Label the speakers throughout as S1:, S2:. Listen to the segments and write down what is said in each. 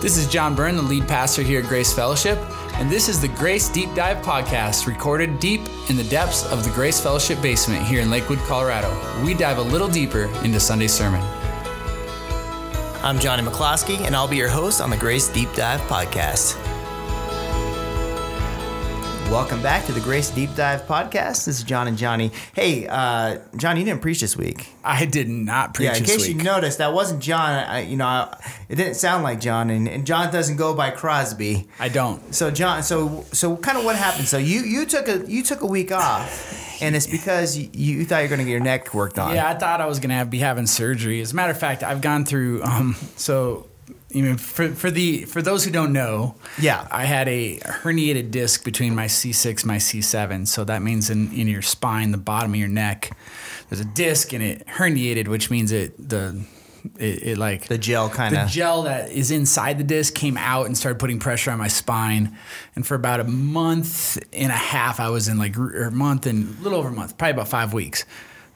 S1: This is John Byrne, the lead pastor here at Grace Fellowship, and this is the Grace Deep Dive podcast recorded deep in the depths of the Grace Fellowship basement here in Lakewood, Colorado. We dive a little deeper into Sunday's sermon.
S2: I'm Johnny McCloskey, and I'll be your host on the Grace Deep Dive podcast. Welcome back to the Grace Deep Dive podcast. This is John and Johnny. Hey, uh, John, you didn't preach this week.
S1: I did not preach
S2: Yeah, in
S1: this
S2: case you
S1: week.
S2: noticed, that wasn't John. I, you know, I, it didn't sound like John, and, and John doesn't go by Crosby.
S1: I don't.
S2: So John, so so kind of what happened? So you you took a you took a week off, and it's because you, you thought you were going to get your neck worked on.
S1: Yeah, I thought I was gonna have, be having surgery. As a matter of fact, I've gone through. Um, so, you know, for for the for those who don't know,
S2: Yeah.
S1: I had a herniated disc between my C6, my C7. So that means in in your spine, the bottom of your neck, there's a disc and it herniated, which means it the it, it like
S2: The gel kind
S1: the
S2: of.
S1: gel that is inside the disc came out and started putting pressure on my spine. And for about a month and a half, I was in like, or a month and a little over a month, probably about five weeks.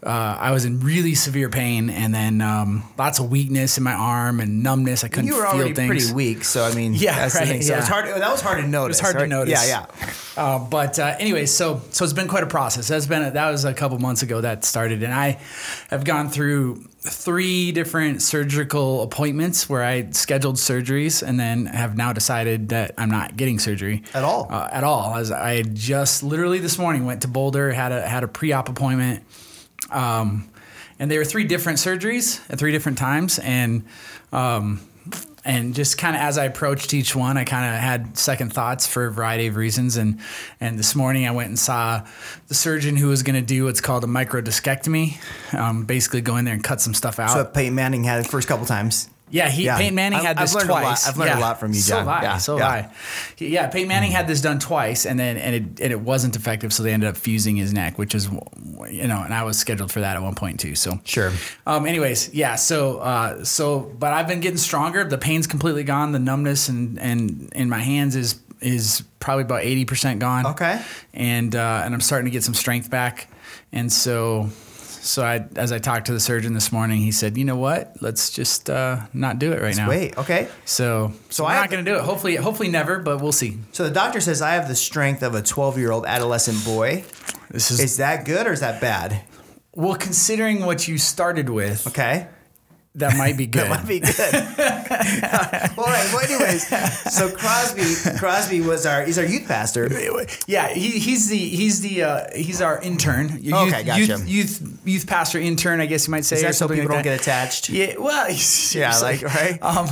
S1: Uh, I was in really severe pain and then um, lots of weakness in my arm and numbness. I couldn't
S2: you were
S1: feel
S2: already
S1: things.
S2: pretty weak, so I mean,
S1: Yeah,
S2: that's the
S1: right,
S2: thing. So
S1: yeah.
S2: it's hard. That was hard to notice.
S1: It's hard to
S2: right?
S1: notice.
S2: Yeah, yeah.
S1: Uh, but uh, anyway, so so it's been quite a process. That's been a, that was a couple months ago that started, and I have gone through three different surgical appointments where I scheduled surgeries, and then have now decided that I'm not getting surgery
S2: At all?
S1: Uh, at all, as I just literally this morning went to Boulder, had a had a pre-op appointment. Um, and they were three different surgeries at three different times, and um, and just kind of as I approached each one, I kind of had second thoughts for a variety of reasons. And and this morning, I went and saw the surgeon who was going to do what's called a microdiscectomy, um, basically go in there and cut some stuff out.
S2: But Peyton Manning had it the first couple times.
S1: yeah, he
S2: yeah.
S1: Peyton Manning
S2: I've-
S1: had
S2: I've
S1: this
S2: learned a lot-
S1: twice.
S2: I've learned a
S1: Yeah.
S2: lot from you,
S1: So
S2: John.
S1: have I.
S2: Yeah,
S1: So
S2: yeah.
S1: have I. He- Yeah, Peyton Manning had this done twice, and then and it and it wasn't effective, so they ended up fusing his neck, which is you know, and I was scheduled for that at one point too. So
S2: Sure.
S1: um, anyways, yeah. So, uh, so, but I've been getting stronger. The pain's completely gone. The numbness and and in my hands is is probably about eighty percent gone.
S2: Okay.
S1: And uh, and I'm starting to get some strength back. And so, so I as I talked to the surgeon this morning, he said, you know what? Let's just uh, not do it right now.
S2: Wait. Okay.
S1: So, so
S2: I
S1: I'm
S2: have-
S1: not going to do it. Hopefully, hopefully never, but we'll see.
S2: So the doctor says I have the strength of a 12 year old adolescent boy.
S1: This is,
S2: Is that good or is that bad?
S1: well, considering what you started with,
S2: Okay.
S1: that might be good.
S2: That might be good. All right. Well, anyways, so Crosby, Crosby was our he's our youth pastor.
S1: Yeah, he, he's the he's the uh, he's our intern. Youth,
S2: Okay, gotcha.
S1: Youth, youth youth pastor intern, I guess you might say.
S2: Is
S1: or
S2: that so
S1: something
S2: people
S1: like
S2: don't
S1: that.
S2: get attached?
S1: Yeah, well, he's-
S2: Yeah,
S1: he's
S2: like, right?
S1: Um,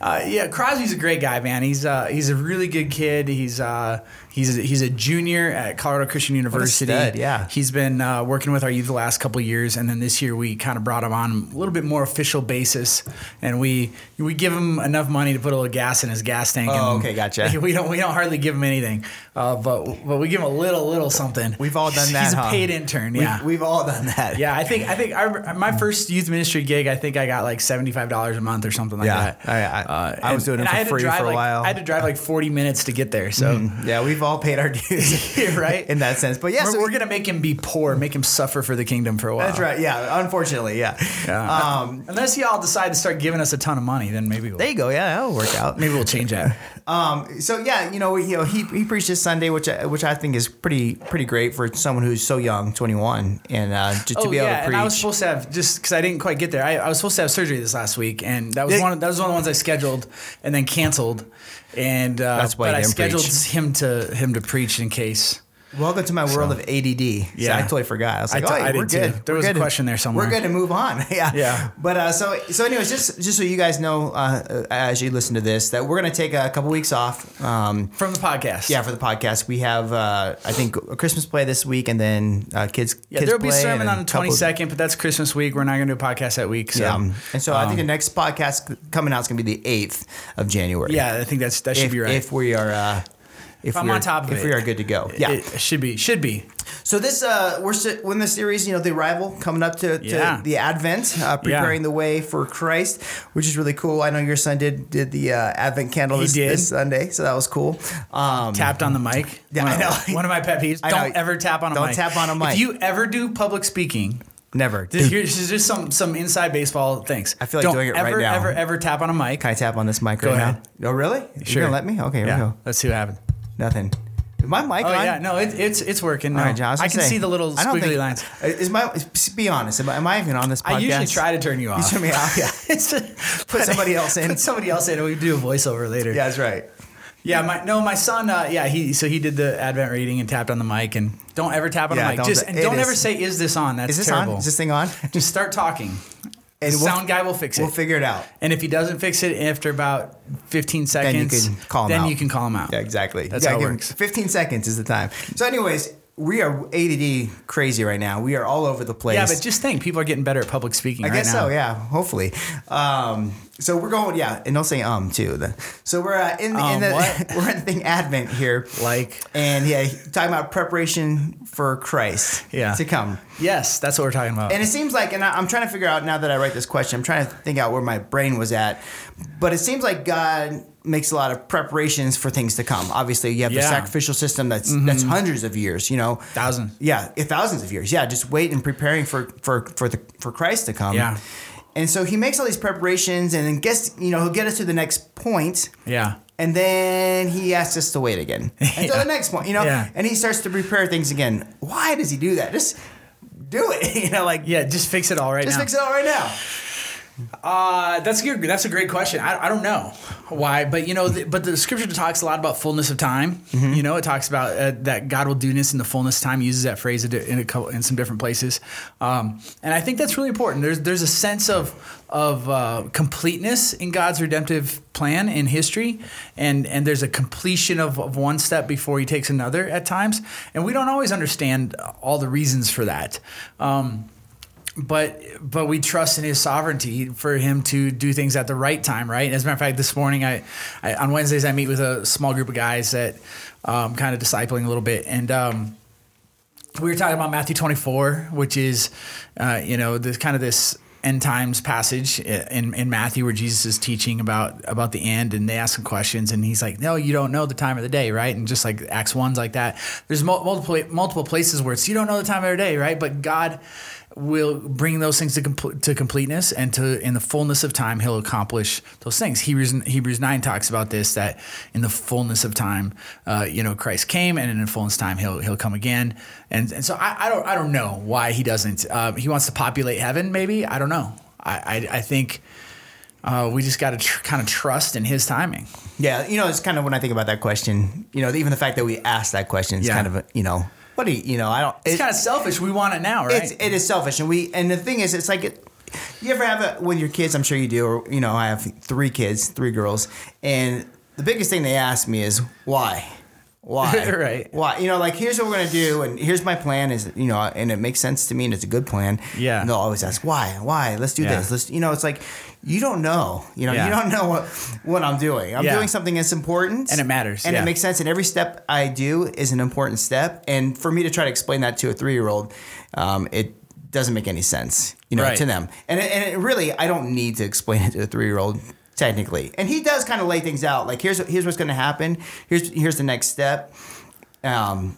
S1: uh, yeah, Crosby's a great guy, man. He's uh, he's a really good kid. He's uh, he's he's a junior at Colorado Christian University.
S2: stud, yeah.
S1: he's been uh, working with our youth the last couple of years, and then this year we kind of brought him on a little bit more official basis, and we we give him enough money to put a little gas in his gas tank.
S2: Oh,
S1: and
S2: okay, gotcha.
S1: We don't we don't hardly give him anything, uh, but but we give him a little little something.
S2: We've all done
S1: He's-
S2: that,
S1: He's
S2: huh?
S1: a paid intern. Yeah.
S2: We've, we've all done that.
S1: Yeah, I think I think I, my first youth ministry gig, I think I got like seventy five dollars a month or something like
S2: Yeah,
S1: that. Uh,
S2: I- I- I was doing it
S1: and
S2: for
S1: I had to
S2: free
S1: drive
S2: for a
S1: like-
S2: while. Mm-hmm.
S1: I had to drive like forty minutes to get there. So
S2: Yeah, we've all paid our dues,
S1: Right.
S2: In that sense, but yes,
S1: we're, we're gonna make him be poor, make him suffer for the kingdom for a while.
S2: that's right. Yeah, unfortunately, yeah.
S1: Yeah.
S2: Um,
S1: Unless y'all decide to start giving us a ton of money, then maybe we'll,
S2: there you go. Yeah, that'll work out.
S1: maybe we'll change that.
S2: Um, so yeah, you know, you know, he he preached this Sunday, which I, which I think is pretty pretty great for someone who's so young, twenty one, and uh, to, to be able to
S1: Oh, and I was
S2: preach.
S1: supposed to have just because I didn't quite get there. I, I was supposed to have surgery this last week, and that was
S2: Yeah.
S1: one. Of, that was one of the ones I scheduled and then canceled. And uh,
S2: That's why you
S1: but I
S2: didn't
S1: scheduled
S2: preach.
S1: him to him to preach in case.
S2: Welcome to my world of ADD. Yeah,
S1: Yeah.
S2: I totally forgot. I was
S1: I
S2: like,
S1: t-
S2: oh,
S1: I did
S2: we're
S1: too.
S2: good.
S1: There
S2: We're
S1: was a
S2: good.
S1: question there somewhere.
S2: We're good to move on. yeah,
S1: Yeah.
S2: But uh, so so, anyways, just just so you guys know, uh, as you listen to this, that we're gonna take a couple weeks off. Um,
S1: from the podcast.
S2: yeah, for the podcast, we have uh, I think a Christmas play this week, and then uh, kids.
S1: yeah.
S2: kids
S1: There'll be
S2: play, and
S1: sermon
S2: then
S1: on the
S2: a couple-
S1: twenty second, but that's Christmas week. We're not gonna do a podcast that week. So.
S2: Yeah,
S1: Yeah.
S2: and so I
S1: Um,
S2: think the next podcast coming out is going to be the eighth of January.
S1: I think that's that should
S2: if,
S1: be right.
S2: if we are uh, if,
S1: I'm
S2: we are,
S1: on top of
S2: if
S1: it.
S2: we are good to go. Yeah.
S1: It should be should be.
S2: so this uh, we're si- when the series, you know, the arrival coming up to, to
S1: Yeah.
S2: the Advent, uh, preparing the way for Christ, which is really cool. I know your son did did the uh, Advent candle
S1: He
S2: this,
S1: did.
S2: this Sunday, so that was cool. Um,
S1: Tapped on the mic.
S2: Yeah,
S1: one
S2: I
S1: of-
S2: know.
S1: One of my pet peeves.
S2: I know.
S1: Don't ever tap on a
S2: Don't
S1: mic.
S2: tap on a mic.
S1: If you ever do public speaking,
S2: Never.
S1: This,
S2: Dude,
S1: here, this is just some some inside baseball things.
S2: I feel like
S1: Don't
S2: doing it right
S1: ever,
S2: now.
S1: Ever ever tap on a mic.
S2: Can I tap on this mic
S1: Go
S2: right
S1: ahead.
S2: now? Oh, really? You
S1: Sure.
S2: gonna let me? Okay, here we
S1: yeah,
S2: go.
S1: let's see what happens.
S2: Nothing. Is my mic
S1: Oh
S2: on?
S1: yeah, no, it, it's it's working. No.
S2: All right, John, was
S1: I
S2: gonna
S1: can
S2: say,
S1: see the little
S2: I don't
S1: squiggly
S2: think-
S1: lines.
S2: Is my is- be honest? Am I, am I even on this podcast?
S1: I usually try to turn you
S2: You
S1: off.
S2: turn me off. oh, Yeah,
S1: It's just-
S2: Put somebody else in.
S1: Put somebody else in, and we do a voiceover later.
S2: yeah, that's right.
S1: Yeah, my no, my son. Uh, yeah, he so he did the Advent reading and tapped on the mic, and don't ever tap on
S2: Yeah,
S1: the mic.
S2: don't-
S1: Just and
S2: it
S1: don't
S2: is-
S1: ever say "Is this on?" That's
S2: Is this
S1: terrible.
S2: on? Is this thing on?
S1: Just start talking.
S2: And
S1: the
S2: we'll-
S1: sound guy will fix it.
S2: We'll figure it out.
S1: and if he doesn't fix it after about 15 seconds,
S2: can call him
S1: then
S2: out.
S1: you can call him out.
S2: Yeah, exactly.
S1: That's
S2: You
S1: how
S2: gotta
S1: it
S2: give 'em-
S1: works.
S2: 15 seconds is the time. So, anyways, we are ADD crazy right now. We are all over the place.
S1: Yeah, but just think, people are getting better at public speaking.
S2: I
S1: right
S2: guess
S1: now.
S2: so. Yeah, hopefully. Um, so we're going. Yeah, and don't say um too. Then. So we're uh, in, in
S1: Um,
S2: the
S1: what?
S2: we're in the thing Advent here.
S1: Like,
S2: And yeah, talking about preparation for Christ
S1: Yeah.
S2: to come.
S1: yes, that's what we're talking about.
S2: And it seems like, and I, I'm trying to figure out now that I write this question, I'm trying to think out where my brain was at. But it seems like God makes a lot of preparations for things to come. Obviously, you have the
S1: Yeah. Mm-hmm.
S2: sacrificial system that's that's hundreds of years, you know,
S1: Thousand.
S2: yeah, eh, thousands of years, yeah, just wait and preparing for for for the for Christ to come.
S1: Yeah.
S2: And so he makes all these preparations, and then gets you know he'll get us to the next point,
S1: yeah.
S2: and then he asks us to wait again until
S1: Yeah.
S2: the next point, you know.
S1: Yeah.
S2: And he starts to prepare things again. Why does he do that? Just do it, you know, like
S1: Yeah, just fix it all right
S2: just
S1: now.
S2: fix it all right now.
S1: Uh, that's a good. That's a great question. I, I don't know why, but you know, the, but the scripture talks a lot about fullness of time. You know, it talks about uh, that God will do this in the fullness of time. Uses that phrase a di- in a couple in some different places, um, and I think that's really important. There's there's a sense of of uh, completeness in God's redemptive plan in history, and and there's a completion of, of one step before He takes another at times, and we don't always understand all the reasons for that. Um, but but we trust in his sovereignty for him to do things at the right time, right? As a matter of fact, this morning I, I on Wednesdays I meet with a small group of guys that um, kind of discipling a little bit, and um, we were talking about Matthew 24, which is, uh, you know, this kind of this end times passage in, in Matthew where Jesus is teaching about about the end and they ask him questions and he's like, no, you don't know the time of the day. Right. And just like Acts one's like that, there's mul- multiple, multiple places where it's, you don't know the time of the day. Right. But God will bring those things to complete to completeness and to in the fullness of time, he'll accomplish those things. Hebrews, Hebrews nine talks about this, that in the fullness of time, uh, you know, Christ came and in the fullness of time, he'll, he'll come again. And, and so I, I don't I don't know why he doesn't. Um, he wants to populate heaven, maybe. I don't know. I I, I think uh, we just got to tr- kind of trust in his timing.
S2: Yeah, you know, it's kind of when I think about that question, you know, even the fact that we asked that question is
S1: Yeah.
S2: kind of, a, you know, what do you, you know, I don't.
S1: It's
S2: it-
S1: kind of selfish. We want it now, right?
S2: it's it is selfish, and we and the thing is, it's like it, you ever have a with your kids. I'm sure you do. Or you know, I have three kids, three girls, and the biggest thing they ask me is why. Why?
S1: Right.
S2: Why? You know, like here's what we're gonna do, and here's my plan. Is you know, and it makes sense to me, and it's a good plan.
S1: Yeah.
S2: And they'll always ask why, why? Let's do
S1: Yeah.
S2: this. Let's. You know, it's like you don't know. You know,
S1: Yeah.
S2: you don't know what what I'm doing. I'm
S1: Yeah.
S2: doing something that's important,
S1: And it matters,
S2: and
S1: yeah.
S2: it makes sense. And every step I do is an important step. And for me to try to explain that to a three year old, um, it doesn't make any sense, you know,
S1: Right.
S2: to them. And it, and it really, I don't need to explain it to a three year old technically. And he does kind of lay things out, like here's here's what's going to happen. Here's here's the next step. Um,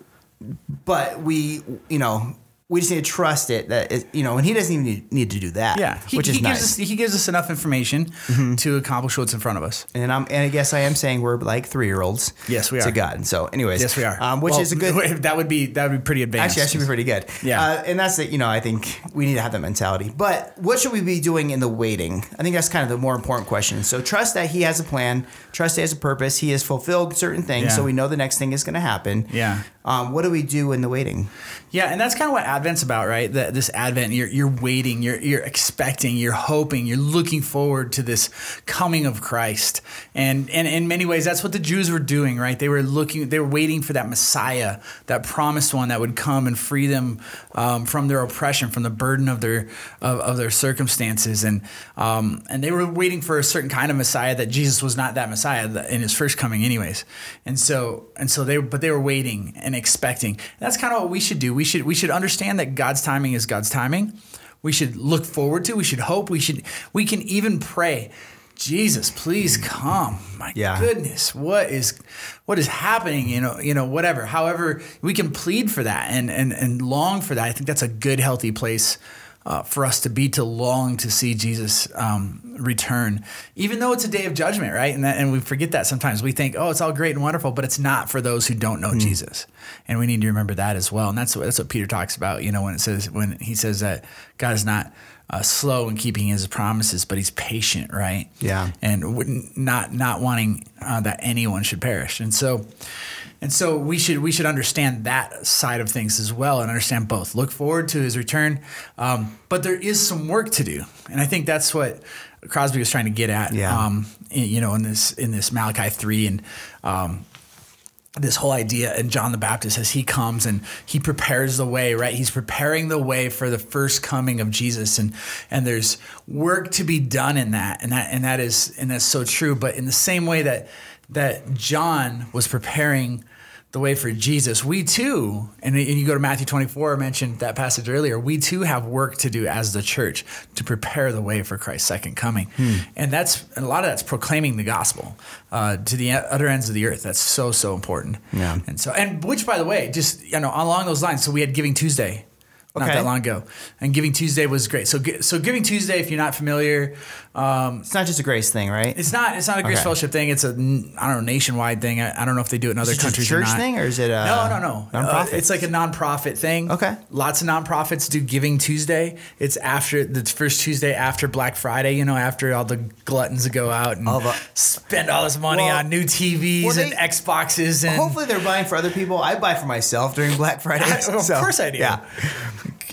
S2: but we, you know. We just need to trust it that it, you know, and he doesn't even need- need to do that.
S1: yeah, he,
S2: which is
S1: he
S2: nice.
S1: gives us he gives us enough information to accomplish what's in front of us.
S2: And I'm, and I guess I am saying we're like three year olds.
S1: Yes, we
S2: To
S1: are.
S2: God. So, anyways,
S1: Yes, we are.
S2: Um, which
S1: Well,
S2: is a good.
S1: That would be that would be pretty advanced.
S2: Actually, that should be pretty good.
S1: Yeah.
S2: Uh, and that's it. You know, I think we need to have that mentality. But what should we be doing in the waiting? I think that's kind of the more important question. So trust that he has a plan. Trust he has a purpose. He has fulfilled certain things,
S1: Yeah.
S2: so we know the next thing is going to happen.
S1: Yeah.
S2: Um, what do we do in the waiting?
S1: Yeah, and that's kind of what Advent's about, right? That this Advent, you're you're waiting, you're you're expecting, you're hoping, you're looking forward to this coming of Christ. And and in many ways, that's what the Jews were doing, right? They were looking, they were waiting for that Messiah, that promised one that would come and free them um, from their oppression, from the burden of their of, of their circumstances, and um, and they were waiting for a certain kind of Messiah that Jesus was not that Messiah th- in his first coming, anyways. And so and so they but they were waiting and expecting. And that's kind of what we should do. We should we should understand that God's timing is God's timing. We should look forward to. We should hope. We should we can even pray. Jesus, please come. My
S2: Yeah.
S1: goodness, what is what is happening? You know, you know, whatever. However, we can plead for that and and and long for that. I think that's a good, healthy place uh, for us to be to long to see Jesus um, return, even though it's a day of judgment, right? And that, and we forget that sometimes. We think, oh, it's all great and wonderful, but it's not for those who don't know Jesus, and we need to remember that as well. And that's what, that's what Peter talks about, you know, when it says when he says that God is not uh, slow in keeping His promises, but He's patient, right?
S2: Yeah.
S1: and wouldn't not not wanting uh, that anyone should perish. And so, and so we should we should understand that side of things as well, and understand both. Look forward to his return, um, but there is some work to do, and I think that's what Crosby was trying to get at.
S2: Yeah.
S1: Um, in- you know, in this in this Malachi three and um, this whole idea and John the Baptist as he comes and he prepares the way, right? He's preparing the way for the first coming of Jesus and and there's work to be done in that. And that and that is and that's so true, but in the same way that that John was preparing the way for Jesus, we too, and, and you go to Matthew 24, I mentioned that passage earlier, we too have work to do as the church to prepare the way for Christ's second coming.
S2: Hmm.
S1: And that's, and a lot of that's proclaiming the gospel uh, to the other ends of the earth. That's so, so important.
S2: Yeah.
S1: And so, and which by the way, just, you know, along those lines, so we had Giving Tuesday not
S2: Okay.
S1: that long ago and Giving Tuesday was great. So, gi- so Giving Tuesday, if you're not familiar,
S2: It's not just a grace thing, right?
S1: it's not, it's not a Grace
S2: Okay.
S1: Fellowship thing. It's a, n- I don't know, nationwide thing. I, I don't know if they do it in other
S2: Is it just
S1: countries
S2: a church
S1: or not.
S2: thing, or is it a
S1: No, no, no. Uh,
S2: Nonprofit.
S1: it's like a nonprofit thing.
S2: Okay.
S1: Lots of nonprofits do Giving Tuesday. It's after the first Tuesday after Black Friday, you know, after all the gluttons go out and
S2: All the-
S1: spend all this money
S2: Well,
S1: on new TVs
S2: well,
S1: and
S2: they-
S1: Xboxes and.
S2: Hopefully they're buying for other people. I buy for myself during Black Friday.
S1: of
S2: so,
S1: course I do.
S2: Yeah,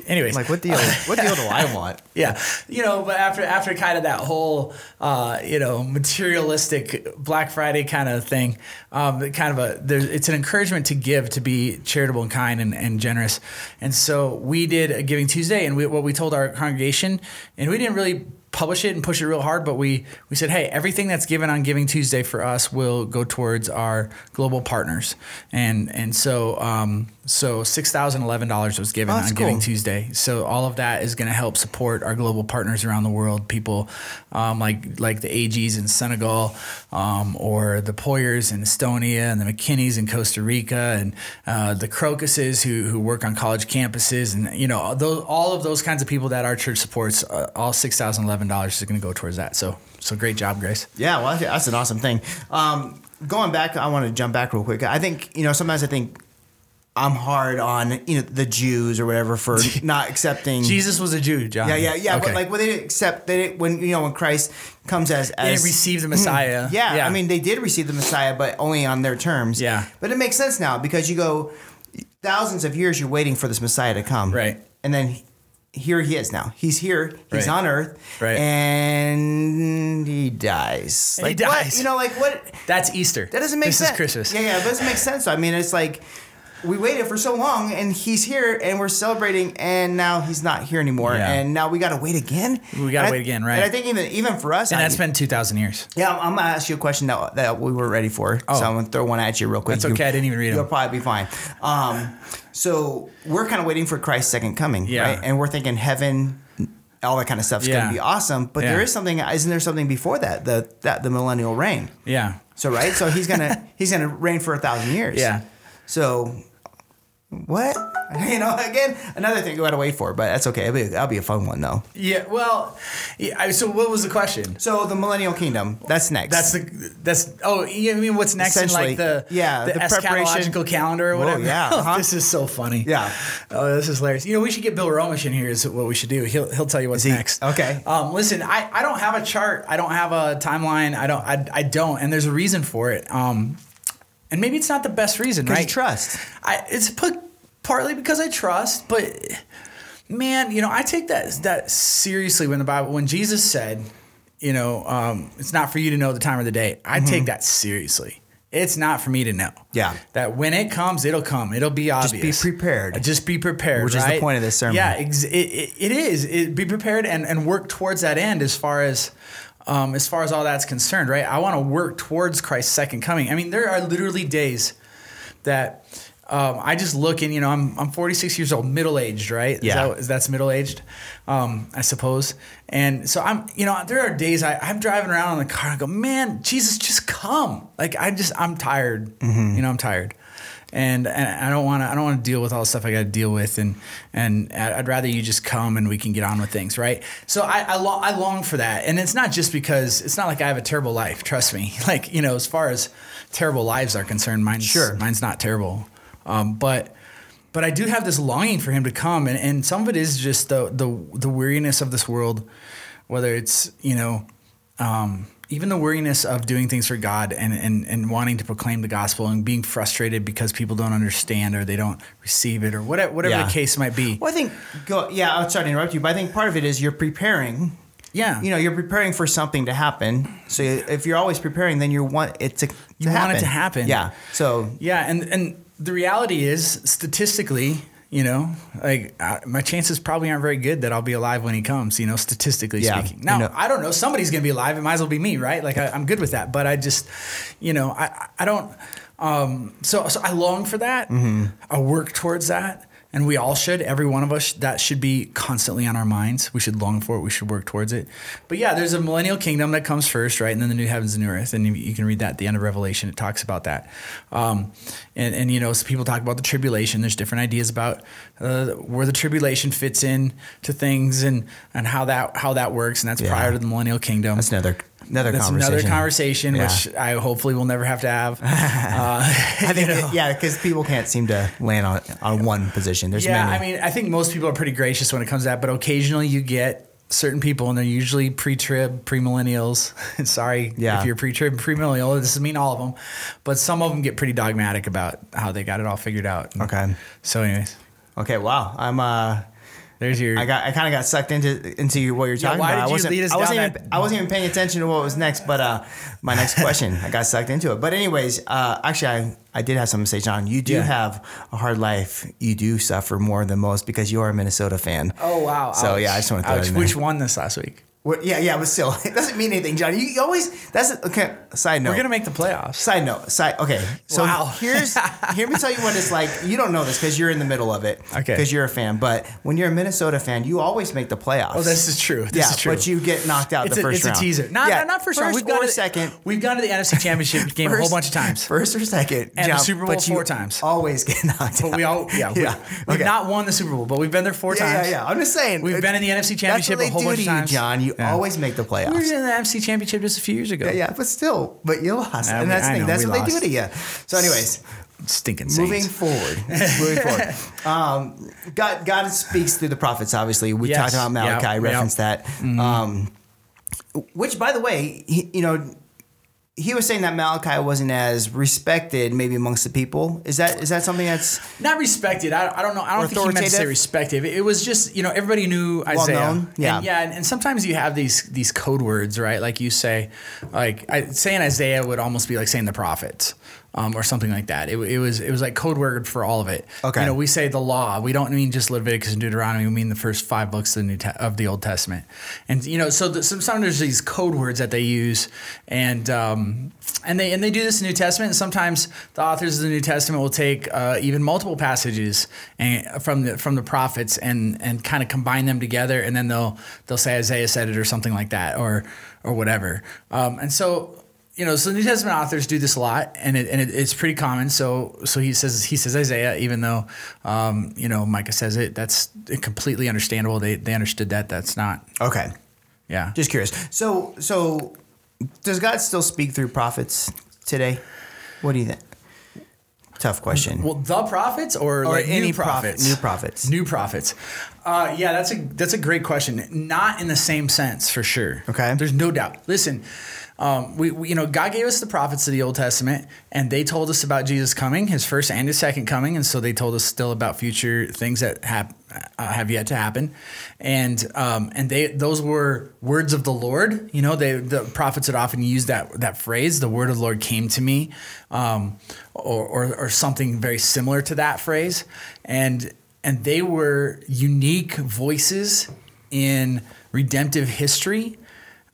S1: Anyways,
S2: like what deal? what deal do I want?
S1: yeah, you know, but after after kind of that whole uh, you know materialistic Black Friday kind of thing, um, it kind of a there's, it's an encouragement to give, to be charitable and kind and, and generous, and so we did a Giving Tuesday, and we, what we told our congregation, and we didn't really publish it and push it real hard, but we we said, hey, everything that's given on Giving Tuesday for us will go towards our global partners, and and so um, so six thousand eleven dollars was given
S2: Oh,
S1: on
S2: that's
S1: Giving
S2: cool.
S1: Tuesday. Tuesday. So all of that is going to help support our global partners around the world, people um, like like the AGs in Senegal, um, or the Poyers in Estonia, and the McKinneys in Costa Rica, and uh, the Crocuses who who work on college campuses, and you know those, all of those kinds of people that our church supports. Uh, all six thousand eleven dollars is going to go towards that. So so great job, Grace.
S2: Yeah, well, that's- that's an awesome thing. Um, going back, I want to jump back real quick. I think you know sometimes I think I'm hard on you know the Jews or whatever for not accepting.
S1: Jesus was a Jew, John.
S2: Yeah, yeah, yeah.
S1: Okay.
S2: But like when they didn't accept, they didn't, when you know when Christ comes as
S1: they
S2: as
S1: didn't receive the Messiah.
S2: Mm-hmm. Yeah, I mean, they did receive the Messiah, but only on their terms.
S1: Yeah.
S2: But it makes sense now because you go thousands of years, you're waiting for this Messiah to come.
S1: Right.
S2: And then he- here he is now. He's here,
S1: Right.
S2: he's on earth,
S1: Right.
S2: and he dies.
S1: And he
S2: like, what-
S1: dies.
S2: You know, like what?
S1: that's Easter.
S2: That doesn't make
S1: this
S2: sense.
S1: This is Christmas.
S2: Yeah, yeah, it doesn't make sense. I mean, it's like we waited for so long and he's here and we're celebrating and now he's not here anymore
S1: Yeah.
S2: and now we got to wait again.
S1: We gotta
S2: And I-
S1: wait again, right.
S2: And I think even even for us,
S1: And
S2: I-
S1: that's been two thousand years.
S2: yeah, I'm, I'm gonna ask you a question that, that we were ready for. So I'm gonna throw one at you real quick.
S1: Oh. That's okay, I didn't even read 'em.
S2: You'll probably be fine. Um, so we're kind of waiting for Christ's second coming,
S1: Yeah.
S2: right? And we're thinking heaven, all that kind of stuff is
S1: Yeah.
S2: gonna be awesome. But
S1: Yeah.
S2: there is something, isn't there something before that? The that the millennial reign.
S1: Yeah.
S2: So right, so he's gonna he's gonna reign for a thousand years.
S1: Yeah.
S2: So what? You know, again, another thing we gotta wait for, but that's okay. It'll be, that'll be a fun one though.
S1: Yeah. Well, yeah, I- so what was the question?
S2: So the millennial kingdom, that's next.
S1: That's the that's oh you mean what's next in like the
S2: Essentially, yeah,
S1: the,
S2: the preparation.
S1: eschatological calendar or whatever.
S2: yeah, uh-huh.
S1: this is so funny.
S2: Yeah.
S1: Oh, this is hilarious. You know, we should get Bill Romish in here. Is what we should do. He'll he'll tell you what's
S2: he-
S1: next.
S2: okay.
S1: Um, listen, I, I don't have a chart. I don't have a timeline. I don't I, I don't. And there's a reason for it. Um, and maybe it's not the best reason,
S2: because
S1: right?
S2: you trust.
S1: I it's put partly because I trust, but man, you know, I take that that seriously when the Bible when Jesus said, you know, um, it's not for you to know the time or the day. I take that seriously. It's not for me to know.
S2: Mm-hmm. Yeah.
S1: That when it comes, it'll come. It'll be obvious. Uh,
S2: be prepared.
S1: Just be prepared.
S2: Which is the
S1: right?
S2: point of this sermon.
S1: Yeah, ex- it, it, it is. It, be prepared and, and work towards that end as far as um, as far as all that's concerned, right? I want to work towards Christ's second coming. I mean, there are literally days that um, I just look and you know I'm I'm 46 years old, middle aged, right? Is
S2: Yeah.
S1: that- is that's middle aged, um, I suppose. And so I'm, you know, there are days I, I'm driving around in the car and I go, man, Jesus, just come. Like I just I'm tired. You know, I'm tired. and, and I don't want to I don't want to deal with all the stuff I got to deal with, and and I- I'd rather you just come and we can get on with things, right? So I I, lo- I long for that, and it's not just because it's not like I have a terrible life. Trust me, like you know, as far as terrible lives are concerned, mine's
S2: Sure.
S1: mine's not terrible, um, but but I do have this longing for him to come, and, and some of it is just the the the weariness of this world, whether it's you know, um, even the weariness of doing things for God and, and and wanting to proclaim the gospel and being frustrated because people don't understand or they don't receive it or whatever whatever
S2: Yeah.
S1: the case might be.
S2: Well, I think go. Yeah, I'm sorry to interrupt you, but I think part of it is you're preparing.
S1: Yeah,
S2: You know, you're preparing for something to happen. So if you're always preparing, then you want it to, to
S1: You
S2: happen.
S1: want it to happen.
S2: Yeah. So
S1: Yeah, and and the reality is, statistically, you know, like uh, my chances probably aren't very good that I'll be alive when he comes. You know, statistically
S2: Yeah,
S1: speaking.
S2: I
S1: Now
S2: know.
S1: I don't know. Somebody's gonna be alive. It might as well be me, right? Like I, I'm good with that. But I just, you know, I I- I don't. Um, so so I long for that.
S2: Mm-hmm.
S1: I work towards that. And we all should, every one of us, that should be constantly on our minds. We should long for it. We should work towards it. But yeah, there's a millennial kingdom that comes first, right? And then the new heavens and new earth. And you- you can read that at the end of Revelation. It talks about that. Um, and, and, you know, so people talk about the tribulation. There's different ideas about uh, where the tribulation fits in to things and, and how that how that works. And that's prior to the millennial kingdom.
S2: that's another another
S1: That's
S2: conversation.
S1: another conversation,
S2: Yeah.
S1: which I hopefully will never have to have. Uh,
S2: I think,
S1: you know.
S2: yeah, because people can't seem to land on, on one position. There's
S1: Yeah,
S2: many.
S1: I mean, I think most people are pretty gracious when it comes to that, but occasionally you get certain people, and they're usually pre-trib, pre-millennials. And Sorry
S2: Yeah.
S1: if you're pre-trib, pre-millennial. This doesn't mean all of them, but some of them get pretty dogmatic about how they got it all figured out. And
S2: Okay.
S1: So, anyways,
S2: okay, wow. I'm uh,
S1: there's your.
S2: I got I kind of got sucked into into your- what you're talking
S1: why
S2: about.
S1: did
S2: I
S1: you
S2: wasn't
S1: lead us
S2: I wasn't
S1: down
S2: even
S1: that-
S2: I wasn't even paying attention to what was next, but uh, my next question I got sucked into it. But anyways, uh, actually I I did have something to say, John. You do
S1: Yeah.
S2: have a hard life. You do suffer more than most because you are a Minnesota fan.
S1: oh wow.
S2: So
S1: ouch.
S2: yeah, I just want to throw
S1: Ouch.
S2: it in there.
S1: Which won this last week?
S2: Well, yeah, yeah, but still, it doesn't mean anything, John. You, you always that's okay. Side note.
S1: We're gonna make the playoffs.
S2: Side note, side okay. So
S1: Wow.
S2: here's here me tell you what it's like. You don't know this because you're in the middle of it.
S1: Okay.
S2: Because you're a fan, but when you're a Minnesota fan, you always make the playoffs.
S1: Oh, this is true. This
S2: yeah,
S1: is true.
S2: but you get knocked out
S1: it's
S2: the
S1: a,
S2: first
S1: it's
S2: round.
S1: a teaser. Not,
S2: Yeah,
S1: not first, round. We've
S2: or
S1: gone to the-
S2: second.
S1: We've gone to the NFC Championship game a whole
S2: First-
S1: bunch of times.
S2: First or second,
S1: And the
S2: jump,
S1: Super
S2: but
S1: Bowl
S2: you
S1: four times.
S2: Always get knocked out.
S1: But we all yeah, we,
S2: yeah.
S1: we've
S2: okay.
S1: not won the Super Bowl, but we've been there four
S2: yeah,
S1: times.
S2: yeah, yeah. I'm just saying uh,
S1: We've been in the NFC
S2: That's
S1: Championship
S2: what they
S1: a whole
S2: do
S1: bunch
S2: to
S1: of times.
S2: you, John. You
S1: Yeah.
S2: always make the playoffs.
S1: We were in the NFC Championship just a few years ago.
S2: yeah, yeah, but still, but you lost,
S1: Yeah,
S2: and
S1: we-
S2: that's the
S1: I
S2: thing.
S1: know,
S2: That's
S1: we
S2: what they
S1: lost.
S2: do to you. So, anyways,
S1: Stinking
S2: Moving
S1: Saints.
S2: forward, moving forward. Um, God, God speaks through the prophets. Obviously, we
S1: Yes. Mm-hmm.
S2: talked about Malachi.
S1: Yeah.
S2: I referenced that. Um, which, by the way, he, you know, he was saying that Malachi wasn't as respected, maybe amongst the people. Is that is that something that's
S1: Not respected. I, I don't know. I don't think he meant to say
S2: Authoritative?
S1: respected. It was just you know everybody knew Isaiah.
S2: known, yeah.
S1: And, yeah. And, and sometimes you have these these code words, right? Like you say, like I, saying Isaiah would almost be like saying the prophets. Um, or something like that. It, it was it was like code word for all of it.
S2: Okay.
S1: You know, we say the law. We don't mean just Leviticus and Deuteronomy. We mean the first five books of the, New Te- of the Old Testament. And you know, so the, sometimes there's these code words that they use, and um, and they and they do this in the New Testament. And sometimes the authors of the New Testament will take uh, even multiple passages and, from the from the prophets and and kind of combine them together, and then they'll they'll say Isaiah said it or something like that, or or whatever. Um, and so you know, so New Testament authors do this a lot, and it, and it, it's pretty common. So so he says he says Isaiah, even though um, you know Micah says it. That's completely understandable. They they understood that. That's not
S2: okay?
S1: yeah.
S2: Just curious. So, so does God still speak through prophets today? What do you think? Tough question.
S1: well, the prophets or,
S2: or
S1: like
S2: any
S1: new prophets,
S2: prophet, new prophets.
S1: new prophets. Uh, yeah, that's a that's a great question. Not in the same sense for sure.
S2: Okay.
S1: there's no doubt. Listen, um, we, we you know God gave us the prophets of the Old Testament, and they told us about Jesus coming, His first and His second coming, and so they told us still about future things that have uh, have yet to happen, and um, and they those were words of the Lord. You know, they the prophets had often used that that phrase, "The word of the Lord came to me," um, or, or or something very similar to that phrase, and and they were unique voices in redemptive history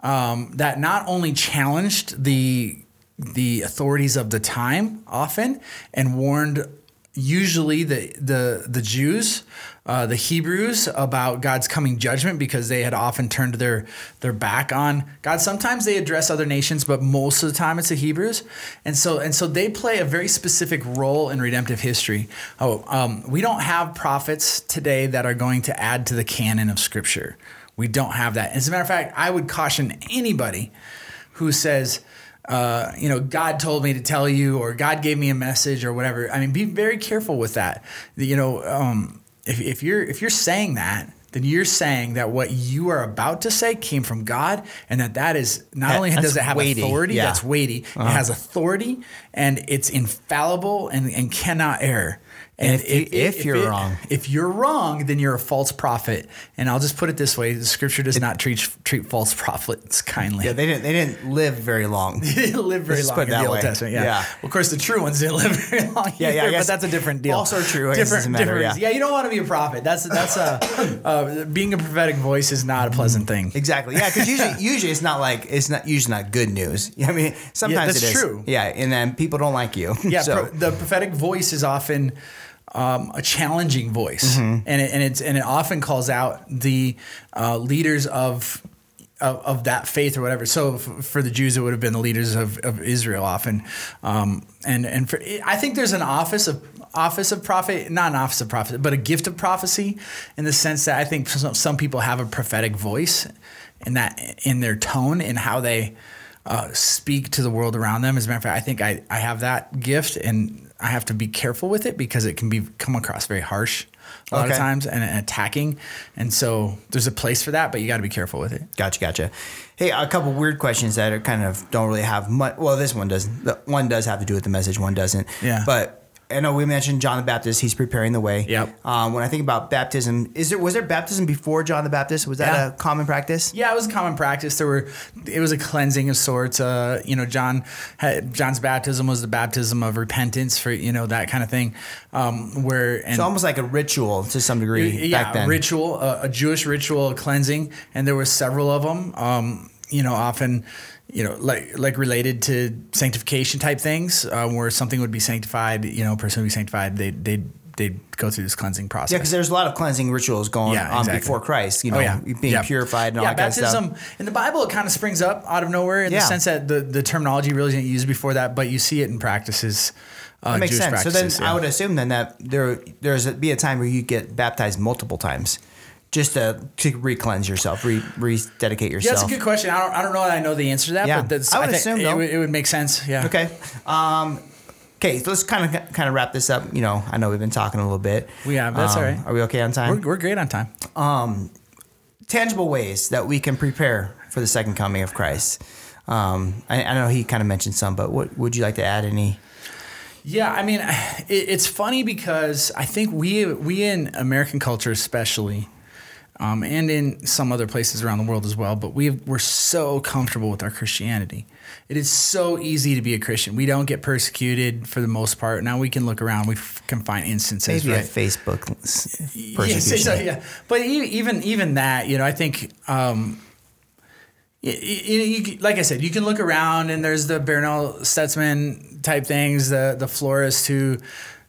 S1: um, that not only challenged the the authorities of the time often and warned usually the the the Jews, uh, the Hebrews about God's coming judgment because they had often turned their their back on God. Sometimes they address other nations, but most of the time it's the Hebrews, and so and so they play a very specific role in redemptive history. Oh, um, we don't have prophets today that are going to add to the canon of Scripture. We don't have that. As a matter of fact, I would caution anybody who says, uh, you know, God told me to tell you, or God gave me a message, or whatever. I mean, be very careful with that. You know, um, if, if you're if you're saying that, then you're saying that what you are about to say came from God, and that that is not
S2: That-
S1: only does
S2: that's
S1: it have
S2: weighty,
S1: authority,
S2: yeah. Uh-huh.
S1: that's weighty. It has authority, and it's infallible and, and cannot err. And,
S2: if you- if you're wrong.
S1: if you're wrong, then you're a false prophet. And I'll just put it this way: the Scripture does not treat treat false prophets kindly.
S2: Yeah, they didn't. They didn't live very long.
S1: They didn't live very
S2: Let's
S1: long in
S2: put it that
S1: the Old
S2: way.
S1: Testament. Yeah.
S2: Yeah.
S1: Of course, the true ones didn't live very long.
S2: Yeah, yeah, I
S1: either,
S2: guess
S1: but that's a different deal.
S2: false or true, I guess it
S1: Different,
S2: doesn't matter,
S1: different-
S2: yeah.
S1: you don't want to be a prophet. That's that's a uh, being a prophetic voice is not a pleasant thing.
S2: Exactly. Yeah, because usually, usually it's not like it's not usually not good news. I mean, sometimes
S1: that's
S2: it is.
S1: true.
S2: Yeah, and then people don't like you.
S1: Yeah,
S2: So
S1: pro- the prophetic voice is often um, a challenging voice, and it, and it's and it often calls out the uh, leaders of. Of, of that faith or whatever. So f- for the Jews, it would have been the leaders of, of Israel often, um, and and for I think there's an office of office of prophet, not an office of prophet, but a gift of prophecy, in the sense that I think some, some people have a prophetic voice, and that in their tone and how they uh, speak to the world around them. As a matter of fact, I think I, I have that gift and I have to be careful with it because it can be come across very harsh a lot of
S2: Okay.
S1: times and attacking. And so there's a place for that, but you got to be careful with it.
S2: gotcha, gotcha. Hey, a couple weird questions that are kind of don't really have much. Well, this one doesn't. The one does have to do with the message. One doesn't.
S1: Yeah.
S2: But I know we mentioned John the Baptist. He's preparing the way.
S1: Yep.
S2: Um, when I think about baptism, is there was there baptism before John the Baptist? Was that
S1: Yeah.
S2: a common practice?
S1: Yeah, it was a common practice. There were, it was a cleansing of sorts. Uh, you know, John, had, John's baptism was the baptism of repentance for you know that kind of thing, um, where and
S2: It's almost like a ritual to some degree
S1: yeah,
S2: back then.
S1: ritual, a, a Jewish ritual of cleansing, and there were several of them. Um, you know, often, you know, like like related to sanctification type things, um, where something would be sanctified. You know, a person would be sanctified. They they they'd go through this cleansing process.
S2: Yeah, because there's a lot of cleansing rituals going
S1: Yeah,
S2: on
S1: exactly.
S2: before Christ. You know,
S1: Oh, yeah.
S2: being
S1: Yeah.
S2: purified and all
S1: yeah,
S2: that kind of stuff.
S1: baptism in the Bible it kind of springs up out of nowhere in the
S2: Yeah.
S1: sense that the, the terminology really isn't used before that, but you see it in practices. Uh,
S2: That makes
S1: Jewish
S2: sense.
S1: Practices,
S2: so then
S1: yeah.
S2: I would assume then that there there's a, be a time where you get baptized multiple times, just to to re cleanse yourself, re rededicate
S1: Yeah,
S2: yourself.
S1: that's a good question. I don't, I don't know that I know the answer to that,
S2: Yeah.
S1: but that's,
S2: I would
S1: think
S2: assume,
S1: it,
S2: though.
S1: would, it would make sense. Yeah.
S2: Okay. Um, okay. So let's kind of kind of wrap this up. You know, I know we've been talking a little bit.
S1: We have. That's
S2: Um,
S1: all right.
S2: Are we okay on time?
S1: We're, we're great on time.
S2: tangible ways that we can prepare for the second coming of Christ. Um, I, I know he kind of mentioned some, but what would you like to add? Any?
S1: Yeah, I mean, it, it's funny because I think we we in American culture especially, um, and in some other places around the world as well, but we we're so comfortable with our Christianity. It is so easy to be a Christian. We don't get persecuted for the most part. Now we can look around. We f- can find instances.
S2: Maybe
S1: right?
S2: a Facebook s-
S1: Yes,
S2: persecution.
S1: so, yeah. But e- even even that, you know, I think. Um, y- y- you, you, c- like I said, you can look around and there's the Bernal Stutzman type things, the the florist who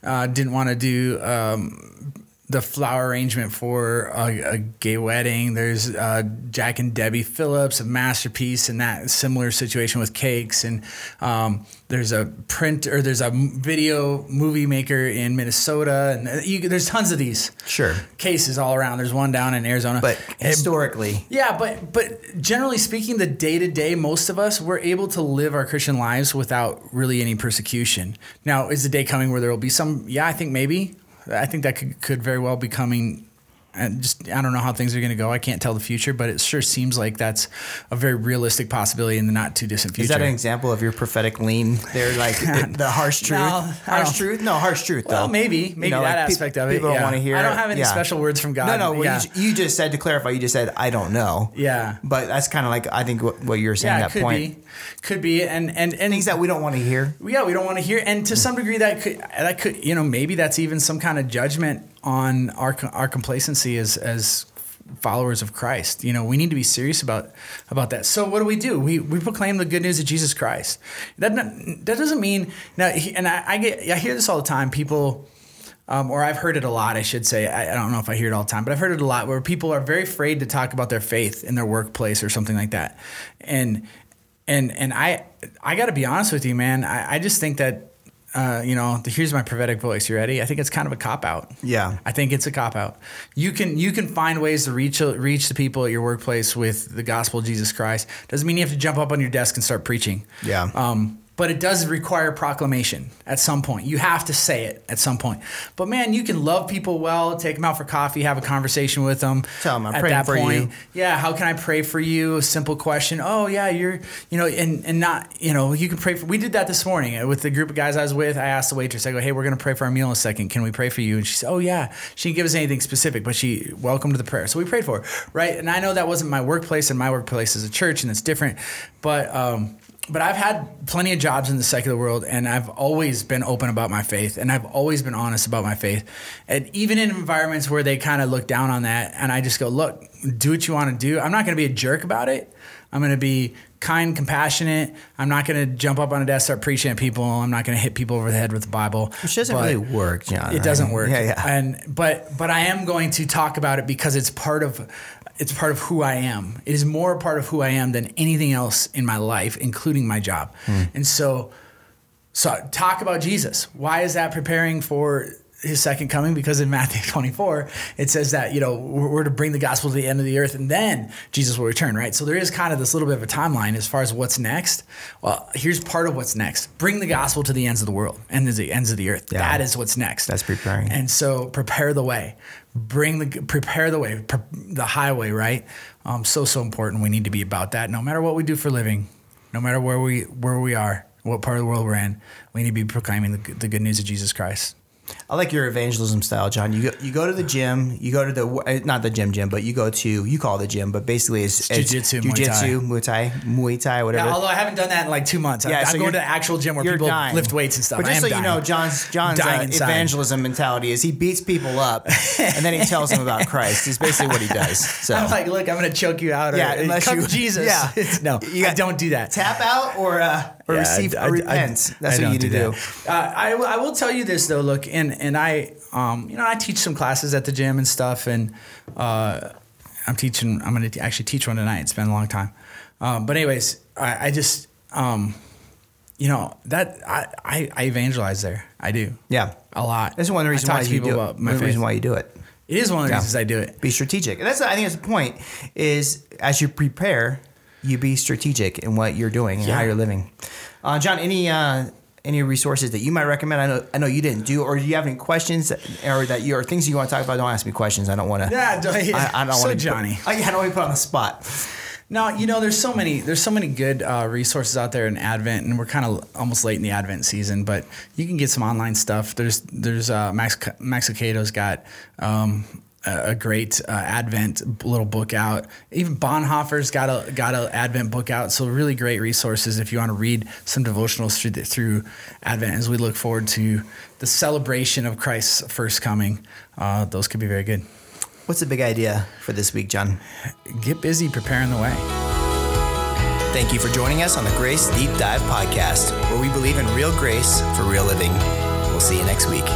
S1: uh, didn't want to do um, the flower arrangement for a, a gay wedding. There's uh, Jack and Debbie Phillips, a masterpiece, and that similar situation with cakes. And um, there's a print or there's a m- video movie maker in Minnesota, and uh, you, there's tons of these
S2: Sure.
S1: cases all around. There's one down in Arizona,
S2: But
S1: And-
S2: historically,
S1: yeah, but but generally speaking, the day to day, most of us we're able to live our Christian lives without really any persecution. Now, is the day coming where there will be some? Yeah, I think maybe. I think that could could very well be coming. And just I don't know how things are going to go. I can't tell the future, but it sure seems like that's a very realistic possibility in the not too distant future.
S2: Is that an example of your prophetic lean? They're like the, the harsh truth.
S1: No, I
S2: harsh
S1: don't-
S2: truth? No, harsh truth.
S1: Well,
S2: though.
S1: maybe maybe
S2: You know,
S1: that
S2: like, pe-
S1: aspect of it.
S2: People
S1: yeah.
S2: don't want to hear.
S1: I don't
S2: it.
S1: have any
S2: Yeah.
S1: special words from God.
S2: No, no. Well,
S1: yeah.
S2: you, you just said to clarify. You just said I don't know.
S1: Yeah.
S2: But that's kind of like I think what, what you were saying
S1: yeah,
S2: at that
S1: could
S2: point.
S1: be, could be, and and and
S2: Things that we don't want to hear.
S1: yeah, we don't want to hear. And to some degree, that could that could you know maybe that's even some kind of judgment on our our complacency as as followers of Christ. You know, we need to be serious about about that. So what do we do? We we proclaim the good news of Jesus Christ. That that doesn't mean now. he- And I, I get I hear this all the time. People um, or I've heard it a lot, I should say. I, I don't know if I hear it all the time, but I've heard it a lot where people are very afraid to talk about their faith in their workplace or something like that. And and and I I got to be honest with you, man. I, I just think that uh, you know, here's my prophetic voice. You ready? I think it's kind of a cop out.
S2: Yeah.
S1: I think it's a cop out. You can you can find ways to reach reach the people at your workplace with the gospel of Jesus Christ. Doesn't mean you have to jump up on your desk and start preaching.
S2: Yeah.
S1: Um, but it does require proclamation at some point. You have to say it at some point. But man, you can love people well, take them out for coffee, have a conversation with them.
S2: Tell 'em I'm
S1: at
S2: praying
S1: that
S2: for you.
S1: point. Yeah, how can I pray for you? A simple question. Oh yeah, you're you know, and and not you know, you can pray for. We did that this morning with the group of guys I was with. I asked the waitress. I go, hey, we're gonna pray for our meal in a second. Can we pray for you? And she said, oh yeah. She didn't give us anything specific, but she welcome to the prayer. So we prayed for her, right? And I know that wasn't my workplace, and my workplace is a church, and it's different, but. um but I've had plenty of jobs in the secular world, and I've always been open about my faith, and I've always been honest about my faith. And even in environments where they kind of look down on that, and I just go, look, do what you want to do. I'm not going to be a jerk about it. I'm going to be kind, compassionate. I'm not going to jump up on a desk, start preaching at people. I'm not going to hit people over the head with the Bible.
S2: Which doesn't
S1: But-
S2: really work, John.
S1: it doesn't work.
S2: Yeah, yeah.
S1: And but but I am going to talk about it because it's part of it's part of who I am. It is more a part of who I am than anything else in my life, including my job.
S2: Hmm.
S1: And so so talk about Jesus. Why is that preparing for his second coming? Because in Matthew 24, it says that, you know, we're, we're to bring the gospel to the end of the earth and then Jesus will return, right? So there is kind of this little bit of a timeline as far as what's next. Well, here's part of what's next. Bring the gospel to the ends of the world and to the ends of the earth. That is what's next.
S2: That's preparing.
S1: And so prepare the way. Bring the prepare the way, pre- the highway, right? Um, so so important. We need to be about that. No matter what we do for a living, no matter where we where we are, what part of the world we're in, we need to be proclaiming the, good- the good news of Jesus Christ.
S2: I like your evangelism style, John. You go, you go to the gym. You go to the uh, not the gym gym, but you go to you call the gym, but basically it's, it's
S1: jujitsu, Muay
S2: jujitsu, Muay Thai, Muay Thai, whatever.
S1: although I haven't done that in like two months.
S2: Yeah,
S1: I, I'm
S2: so
S1: going
S2: you're-
S1: to the actual gym where
S2: You're
S1: people
S2: dying.
S1: lift weights and stuff.
S2: But
S1: I am
S2: just so
S1: dying.
S2: you know, John's John's
S1: Dying
S2: uh,
S1: inside.
S2: evangelism mentality is he beats people up and then he tells them about Christ. Is basically what he does. So
S1: I'm like, look, I'm going to choke you out. Or,
S2: Yeah, unless
S1: Come
S2: you-
S1: to Jesus.
S2: yeah.
S1: no,
S2: You got-
S1: I don't do that.
S2: tap out or uh, or
S1: Yeah,
S2: receive
S1: I- I-
S2: or repent.
S1: I-
S2: That's
S1: I
S2: what you
S1: don't
S2: need to do.
S1: that. Uh, I, will- I will tell you this though. Look, and and I, um, you know, I teach some classes at the gym and stuff, and uh, I'm teaching. I'm going to actually teach one tonight. It's been a long time, um, but anyways, I, I just, um, you know, that I, I I evangelize there. I do.
S2: Yeah.
S1: a lot.
S2: That's one of the reasons
S1: I talk
S2: why
S1: to
S2: you
S1: people
S2: do
S1: about
S2: it.
S1: my
S2: One of the
S1: faith.
S2: reason why you do it.
S1: It is one of the reasons I do it.
S2: Be strategic. And that's I think that's the point. Is as you prepare, you be strategic in what you're doing and how
S1: Yeah.
S2: you're living. Uh, John, any uh, any resources that you might recommend? I know I know you didn't do, or do you have any questions that, or that you or things you want to talk about? Don't ask me questions. I don't want to.
S1: Yeah, don't-
S2: I, I don't
S1: So,
S2: want to
S1: Johnny.
S2: Put, I, yeah, I don't want to put on the spot.
S1: No, you know, there's so many there's so many good uh, resources out there in Advent, and we're kind of almost late in the Advent season, but you can get some online stuff. There's there's uh, Max Max Ocado's got. Um, a a great uh, Advent little book out. Even Bonhoeffer's got a got a Advent book out. So really great resources if you want to read some devotionals through the, through Advent as we look forward to the celebration of Christ's first coming. Uh, those could be very good.
S2: What's the big idea for this week, John?
S1: Get busy preparing the way.
S2: Thank you for joining us on the Grace Deep Dive podcast, where we believe in real grace for real living. We'll see you next week.